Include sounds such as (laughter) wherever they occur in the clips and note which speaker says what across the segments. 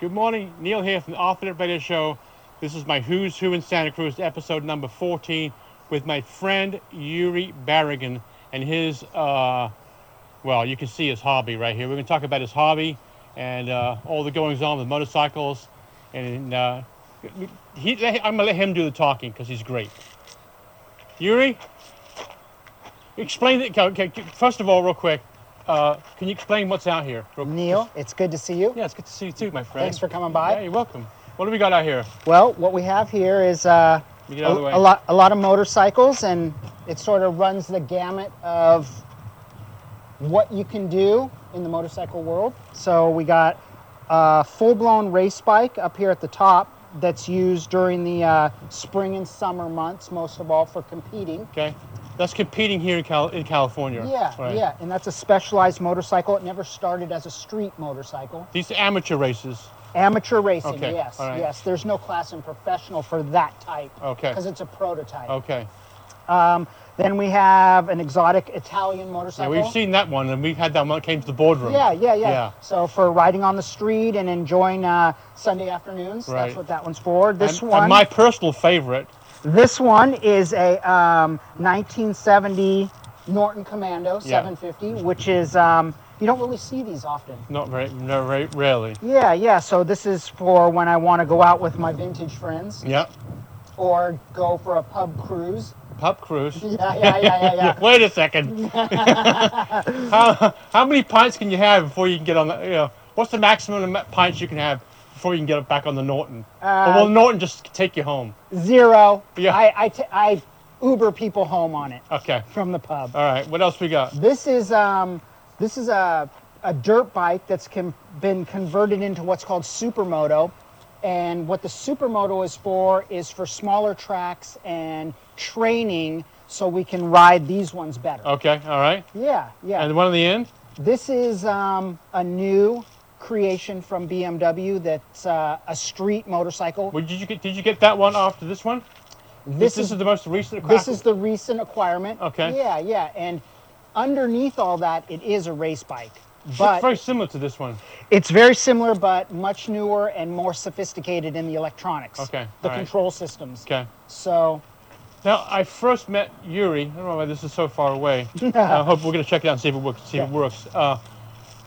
Speaker 1: Good morning, Neil here from the Off It Radio Show. This is my Who's Who in Santa Cruz, episode number 14, with my friend Yuri Barrigan and his, uh, well, you can see his hobby right here. We're going to talk about his hobby and uh, all the goings on with motorcycles. And uh, he, I'm going to let him do the talking because he's great. Yuri, explain it. Okay, first of all, real quick, uh, can you explain what's out here? real-
Speaker 2: Neil, it's good to see you.
Speaker 1: Yeah, it's good to see you too, my friend.
Speaker 2: Thanks for coming by.
Speaker 1: Yeah, you're welcome. What do we got out here?
Speaker 2: Well, what we have here is uh,
Speaker 1: You get out of
Speaker 2: a,
Speaker 1: the way.
Speaker 2: a lot, a lot of motorcycles, and it sort of runs the gamut of what you can do in the motorcycle world. So we got a full-blown race bike up here at the top that's used during the uh, spring and summer months, most of all for competing.
Speaker 1: Okay, that's competing here in, Cal- in California.
Speaker 2: Yeah,
Speaker 1: right?
Speaker 2: yeah, and that's a specialized motorcycle. It never started as a street motorcycle.
Speaker 1: These are amateur races.
Speaker 2: Amateur racing,
Speaker 1: Okay,
Speaker 2: yes,
Speaker 1: all right.
Speaker 2: yes. There's no class in professional for that type.
Speaker 1: Okay.
Speaker 2: Because it's a prototype.
Speaker 1: Okay.
Speaker 2: Then we have an exotic Italian
Speaker 1: Yeah,
Speaker 2: motorcycle.
Speaker 1: we've seen that one, and we've had that one. It came to the boardroom.
Speaker 2: Yeah, yeah, yeah.
Speaker 1: Yeah.
Speaker 2: So for riding on the street and enjoying uh, Sunday afternoons,
Speaker 1: Right.
Speaker 2: that's what that one's for. This
Speaker 1: and,
Speaker 2: one,
Speaker 1: and my personal favorite.
Speaker 2: this one is a um, 1970 Norton Commando
Speaker 1: Yeah.
Speaker 2: 750, which is um, you don't really see these often.
Speaker 1: Not very, no, very rarely.
Speaker 2: Yeah, yeah. So this is for when I want to go out with my vintage friends
Speaker 1: Yeah.
Speaker 2: or go for a pub cruise.
Speaker 1: Pub cruise.
Speaker 2: Yeah, yeah, yeah, yeah, yeah.
Speaker 1: Wait a
Speaker 2: (laughs)
Speaker 1: second. how, how many pints can you have before you can get on the? You know, what's the maximum amount of pints you can have before you can get back on the Norton?
Speaker 2: Uh,
Speaker 1: or will Norton just take you home?
Speaker 2: (laughs) Zero.
Speaker 1: Yeah.
Speaker 2: I I, t- I Uber people home on it
Speaker 1: Okay.
Speaker 2: from the pub.
Speaker 1: All right. What else we got?
Speaker 2: This is um, this is a, a dirt bike that's com- been converted into what's called supermoto, and what the supermoto is for is for smaller tracks and training, so we can ride these ones better.
Speaker 1: Okay. All right.
Speaker 2: Yeah, yeah.
Speaker 1: Uh. And the one on the end.
Speaker 2: this is um, a new creation from BMW that's uh, a street motorcycle.
Speaker 1: Well, did you get? Did you get that one after this one?
Speaker 2: this,
Speaker 1: this
Speaker 2: is,
Speaker 1: the most recent.
Speaker 2: this is the recent acquirement.
Speaker 1: Okay.
Speaker 2: Yeah, yeah, and underneath all that, it is a race bike.
Speaker 1: Looks
Speaker 2: But
Speaker 1: very similar to this one.
Speaker 2: It's very similar, but much newer and more sophisticated in the electronics.
Speaker 1: Okay,
Speaker 2: The
Speaker 1: all right.
Speaker 2: control systems.
Speaker 1: Okay.
Speaker 2: So,
Speaker 1: Now I first met Yuri. I don't know why this is so far
Speaker 2: (laughs)
Speaker 1: away. I hope we're gonna check it out and see if it works. See if it
Speaker 2: Yeah.
Speaker 1: works. Uh,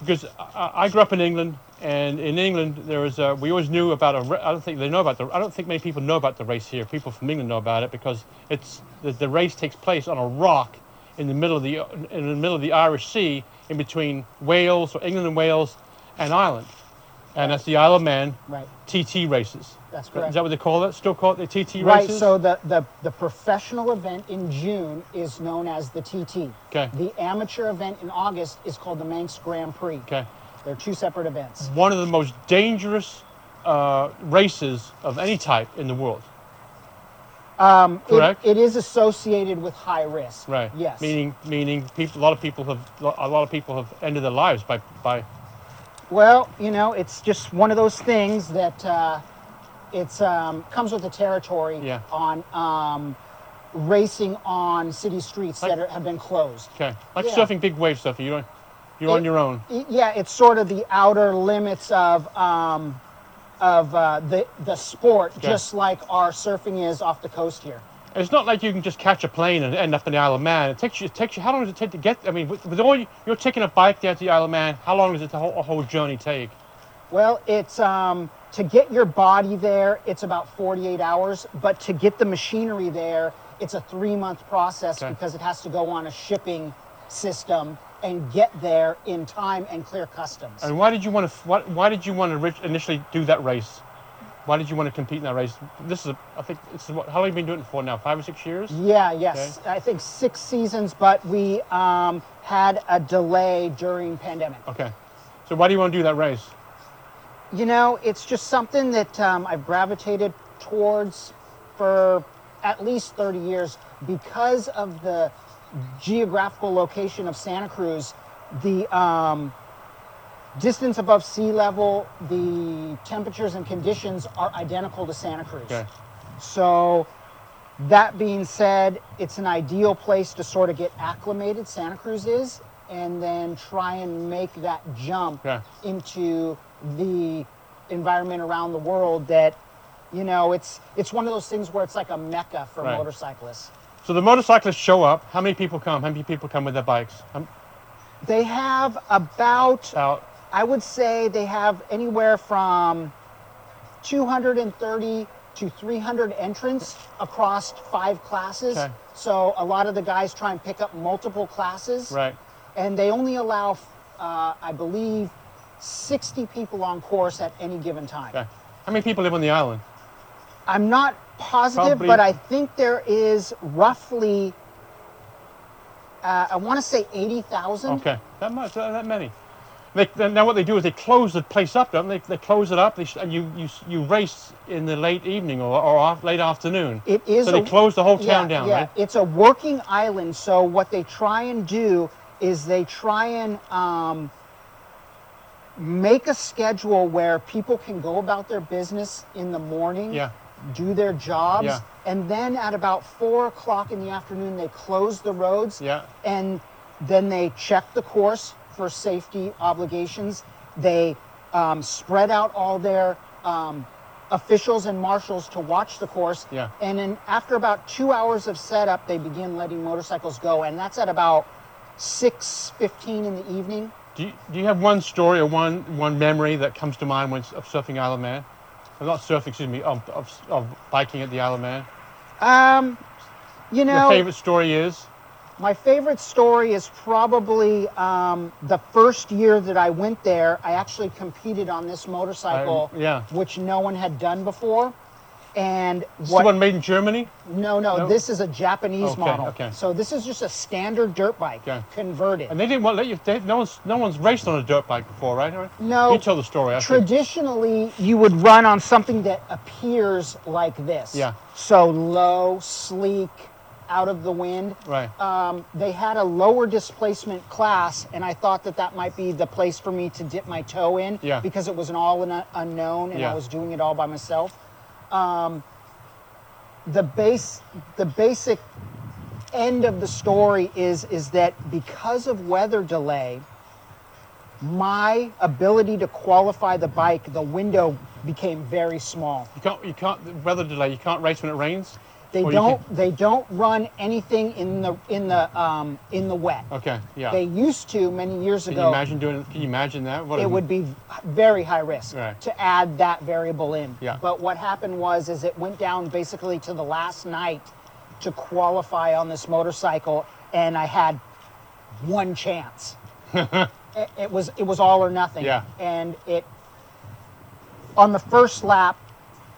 Speaker 1: because I, I grew up in England, and in England there was a, we always knew about a. ra- I don't think they know about the. I don't think many people know about the race here. People from England know about it because it's the, the race takes place on a rock in the middle of the in the middle of the Irish Sea, in between Wales or England and Wales, and Ireland, and that's the Isle of Man.
Speaker 2: Right.
Speaker 1: TT races.
Speaker 2: That's
Speaker 1: Is
Speaker 2: correct.
Speaker 1: that what they call it? Still call it the TT
Speaker 2: right,
Speaker 1: races?
Speaker 2: so the, the, the professional event in June is known as the TT.
Speaker 1: Okay.
Speaker 2: The amateur event in August is called the Manx Grand Prix.
Speaker 1: Okay.
Speaker 2: They're two separate events.
Speaker 1: one of the most dangerous uh, races of any type in the world,
Speaker 2: Um, it-
Speaker 1: Correct.
Speaker 2: it is associated with high risk.
Speaker 1: right?
Speaker 2: Yes.
Speaker 1: Meaning, meaning, people, a lot of people have, a lot of people have ended their lives by, by.
Speaker 2: Well, you know, it's just one of those things that uh, it's um, comes with the territory
Speaker 1: Yeah.
Speaker 2: on um, racing on city streets
Speaker 1: Like-
Speaker 2: that are, have been closed.
Speaker 1: Okay, like
Speaker 2: Yeah.
Speaker 1: surfing big wave surfing. You don't, you're on
Speaker 2: It-
Speaker 1: your own.
Speaker 2: Y- E, Yeah, it's sort of the outer limits of um, of uh, the the sport,
Speaker 1: Okay.
Speaker 2: just like our surfing is off the coast here.
Speaker 1: It's not like you can just catch a plane and end up in the Isle of Man. It takes you, it takes you. How long does it take to get? I mean, with, with all you, you're taking a bike down to the Isle of Man. How long does it the whole, a whole journey take?
Speaker 2: Well, it's um, to get your body there, it's about 48 hours, but to get the machinery there, it's a three month process
Speaker 1: Okay.
Speaker 2: because it has to go on a shipping system and get there in time and clear customs.
Speaker 1: And why did you want to? Why, why did you want to ri- initially do that race? Why did you want to compete in that race? This is, a, I think, this is what. How long have you been doing it for now? Five or six years?
Speaker 2: yeah, yes. I think six seasons, but we um, had a delay during pandemic.
Speaker 1: Okay. So why do you want to do that race?
Speaker 2: You know, it's just something that um, I've gravitated towards for at least 30 years because of the geographical location of Santa Cruz, the um, distance above sea level, the temperatures and conditions are identical to Santa Cruz.
Speaker 1: Okay.
Speaker 2: So, that being said, it's an ideal place to sort of get acclimated, Santa Cruz is, and then try and make that jump
Speaker 1: Yeah.
Speaker 2: into the environment around the world that, you know, it's it's one of those things where it's like a mecca for
Speaker 1: Right.
Speaker 2: motorcyclists.
Speaker 1: So the motorcyclists show up. How many people come? How many people come with their bikes? Um,
Speaker 2: They have about
Speaker 1: About
Speaker 2: I would say they have anywhere from 230 to 300 entrants across five classes.
Speaker 1: Okay.
Speaker 2: So a lot of the guys try and pick up multiple classes.
Speaker 1: right.
Speaker 2: And they only allow, uh, I believe, 60 people on course at any given time.
Speaker 1: Okay. How many people live on the island?
Speaker 2: I'm not positive,
Speaker 1: Probably-
Speaker 2: but I think there is roughly, uh, I want to say 80,000.
Speaker 1: Okay, that much, uh, that, that many. They, then now what they do is they close the place up, don't they? They close it up. They, sh- and you, you s- you race in the late evening or, or off, late afternoon.
Speaker 2: It is.
Speaker 1: So they
Speaker 2: a-
Speaker 1: close the whole town
Speaker 2: yeah,
Speaker 1: down,
Speaker 2: yeah.
Speaker 1: right?
Speaker 2: It's a working island. So what they try and do is they try and um, make a schedule where people can go about their business in the morning.
Speaker 1: Yeah.
Speaker 2: Do their jobs,
Speaker 1: Yeah.
Speaker 2: and then at about four o'clock in the afternoon, they close the roads.
Speaker 1: Yeah.
Speaker 2: And then they check the course for safety obligations. They um, spread out all their um, officials and marshals to watch the course.
Speaker 1: Yeah.
Speaker 2: And then after about two hours of setup, they begin letting motorcycles go, and that's at about six fifteen in the evening.
Speaker 1: Do you, do you have one story or one one memory that comes to mind when s- of surfing Isle of Man? Uh, Not surfing, excuse me, of, of, s- of biking at the Isle of Man.
Speaker 2: Um, you know,
Speaker 1: Your favorite story is?
Speaker 2: My favorite story is probably um, the first year that I went there. I actually competed on this motorcycle,
Speaker 1: I- yeah.
Speaker 2: which no one had done before. And
Speaker 1: Is the
Speaker 2: what?
Speaker 1: one made in Germany?
Speaker 2: No, no,
Speaker 1: No?
Speaker 2: this is a Japanese
Speaker 1: Okay,
Speaker 2: model.
Speaker 1: okay.
Speaker 2: So this is just a standard dirt bike
Speaker 1: Okay.
Speaker 2: converted.
Speaker 1: And they didn't want let you. They, no one's no one's raced on a dirt bike before, right?
Speaker 2: No.
Speaker 1: You tell the story. I think.
Speaker 2: Traditionally, you would run on something that appears like this.
Speaker 1: Yeah.
Speaker 2: So low, sleek, out of the wind.
Speaker 1: Right.
Speaker 2: um, they had a lower displacement class, and I thought that that might be the place for me to dip my toe in
Speaker 1: Yeah.
Speaker 2: because it was an all un- unknown, and
Speaker 1: Yeah.
Speaker 2: I was doing it all by myself. Um, the base, the basic end of the story is is that because of weather delay, my ability to qualify the bike, the window became very small.
Speaker 1: You can't, you can't, the weather delay, you can't race when it rains?
Speaker 2: They
Speaker 1: Or you
Speaker 2: don't
Speaker 1: can-
Speaker 2: they don't run anything in the in the um, in the wet.
Speaker 1: okay, yeah.
Speaker 2: They used to many years
Speaker 1: can
Speaker 2: ago.
Speaker 1: you imagine doing, can you imagine that? What a-
Speaker 2: it would be very high risk
Speaker 1: Right.
Speaker 2: to add that variable in.
Speaker 1: Yeah.
Speaker 2: But what happened was is it went down basically to the last night to qualify on this motorcycle and I had one
Speaker 1: (laughs)
Speaker 2: chance. it, it was it was all or nothing.
Speaker 1: Yeah.
Speaker 2: And it on the first lap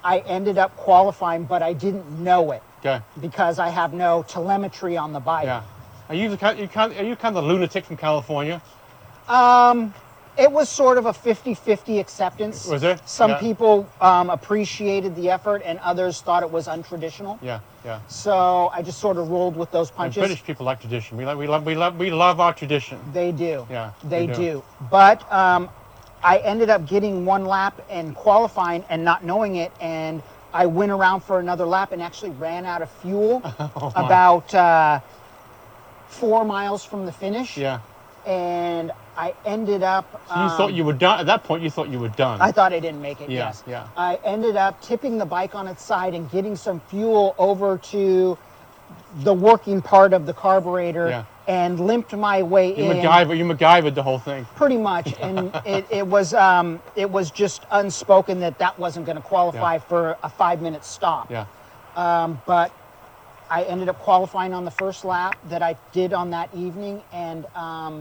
Speaker 2: I ended up qualifying but I didn't know it
Speaker 1: Okay,
Speaker 2: because I have no telemetry on the bike.
Speaker 1: yeah. Are you, the, kind- you kind, are you kind of lunatic from California?
Speaker 2: it was sort of a 50-50 acceptance
Speaker 1: Was it?
Speaker 2: some
Speaker 1: Yeah.
Speaker 2: people um, appreciated the effort and others thought it was untraditional
Speaker 1: Yeah, yeah.
Speaker 2: so i just sort of rolled with those
Speaker 1: And
Speaker 2: punches
Speaker 1: British people like tradition. We, like, we, love, we, love, we love our tradition.
Speaker 2: they do
Speaker 1: Yeah, they
Speaker 2: they,
Speaker 1: do.
Speaker 2: do. but um, i ended up getting one lap and qualifying and not knowing it and i went around for another lap and actually ran out of fuel
Speaker 1: (laughs) Oh,
Speaker 2: about uh, four miles from the finish
Speaker 1: Yeah.
Speaker 2: and i ended up
Speaker 1: So you thought you were done, at that point, you thought you were done.
Speaker 2: Um, I thought I didn't make it.
Speaker 1: Yeah,
Speaker 2: yes.
Speaker 1: yeah.
Speaker 2: I ended up tipping the bike on its side and getting some fuel over to the working part of the carburetor
Speaker 1: Yeah.
Speaker 2: and limped my way
Speaker 1: you
Speaker 2: in.
Speaker 1: MacGyver, you MacGyvered the whole thing.
Speaker 2: Pretty
Speaker 1: (laughs)
Speaker 2: much, and it, it was um, it was just unspoken that that wasn't going to qualify
Speaker 1: Yeah.
Speaker 2: for a five minute stop.
Speaker 1: Yeah.
Speaker 2: But I ended up qualifying on the first lap that I did on that evening, and um,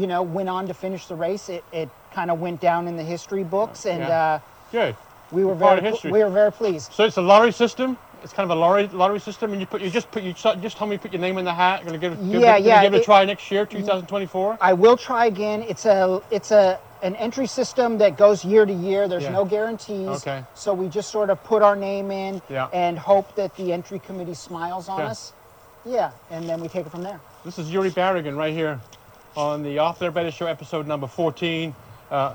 Speaker 2: you know went on to finish the race. It it kind of went down in the history books, and
Speaker 1: Yeah.
Speaker 2: uh,
Speaker 1: Good.
Speaker 2: we were
Speaker 1: Part of
Speaker 2: very pl-
Speaker 1: history.
Speaker 2: we were very pleased.
Speaker 1: So it's a lottery system. It's kind of a lottery lottery system, and you put you just put you just just told me you put your name in the hat. Gonna give, it- give,
Speaker 2: Yeah,
Speaker 1: it- gonna
Speaker 2: yeah,
Speaker 1: Give it a
Speaker 2: it-
Speaker 1: try next year, 2024.
Speaker 2: I will try again. It's a it's a an entry system that goes year to year. There's
Speaker 1: Yeah.
Speaker 2: no guarantees.
Speaker 1: Okay.
Speaker 2: So we just sort of put our name in
Speaker 1: Yeah.
Speaker 2: and hope that the entry committee smiles on
Speaker 1: Okay.
Speaker 2: us. Yeah, and then we take it from there.
Speaker 1: This is Yuri Barrigan right here on the Off Their Better Show episode number 14. Uh,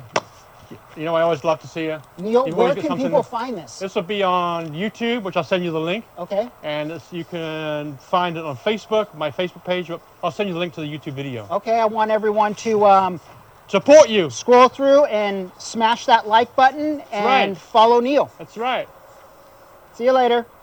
Speaker 1: you know, I always love to see you.
Speaker 2: Neil,
Speaker 1: You've
Speaker 2: where
Speaker 1: always got
Speaker 2: can
Speaker 1: something-
Speaker 2: people find this?
Speaker 1: This will be on YouTube, which I'll send you the link,
Speaker 2: Okay.
Speaker 1: and it's, you can find it on Facebook, my Facebook page. I'll send you the link to the YouTube video.
Speaker 2: Okay. I want everyone to um,
Speaker 1: Support you.
Speaker 2: Scroll through and smash that like button and
Speaker 1: right.
Speaker 2: follow Neil.
Speaker 1: That's right.
Speaker 2: See you later.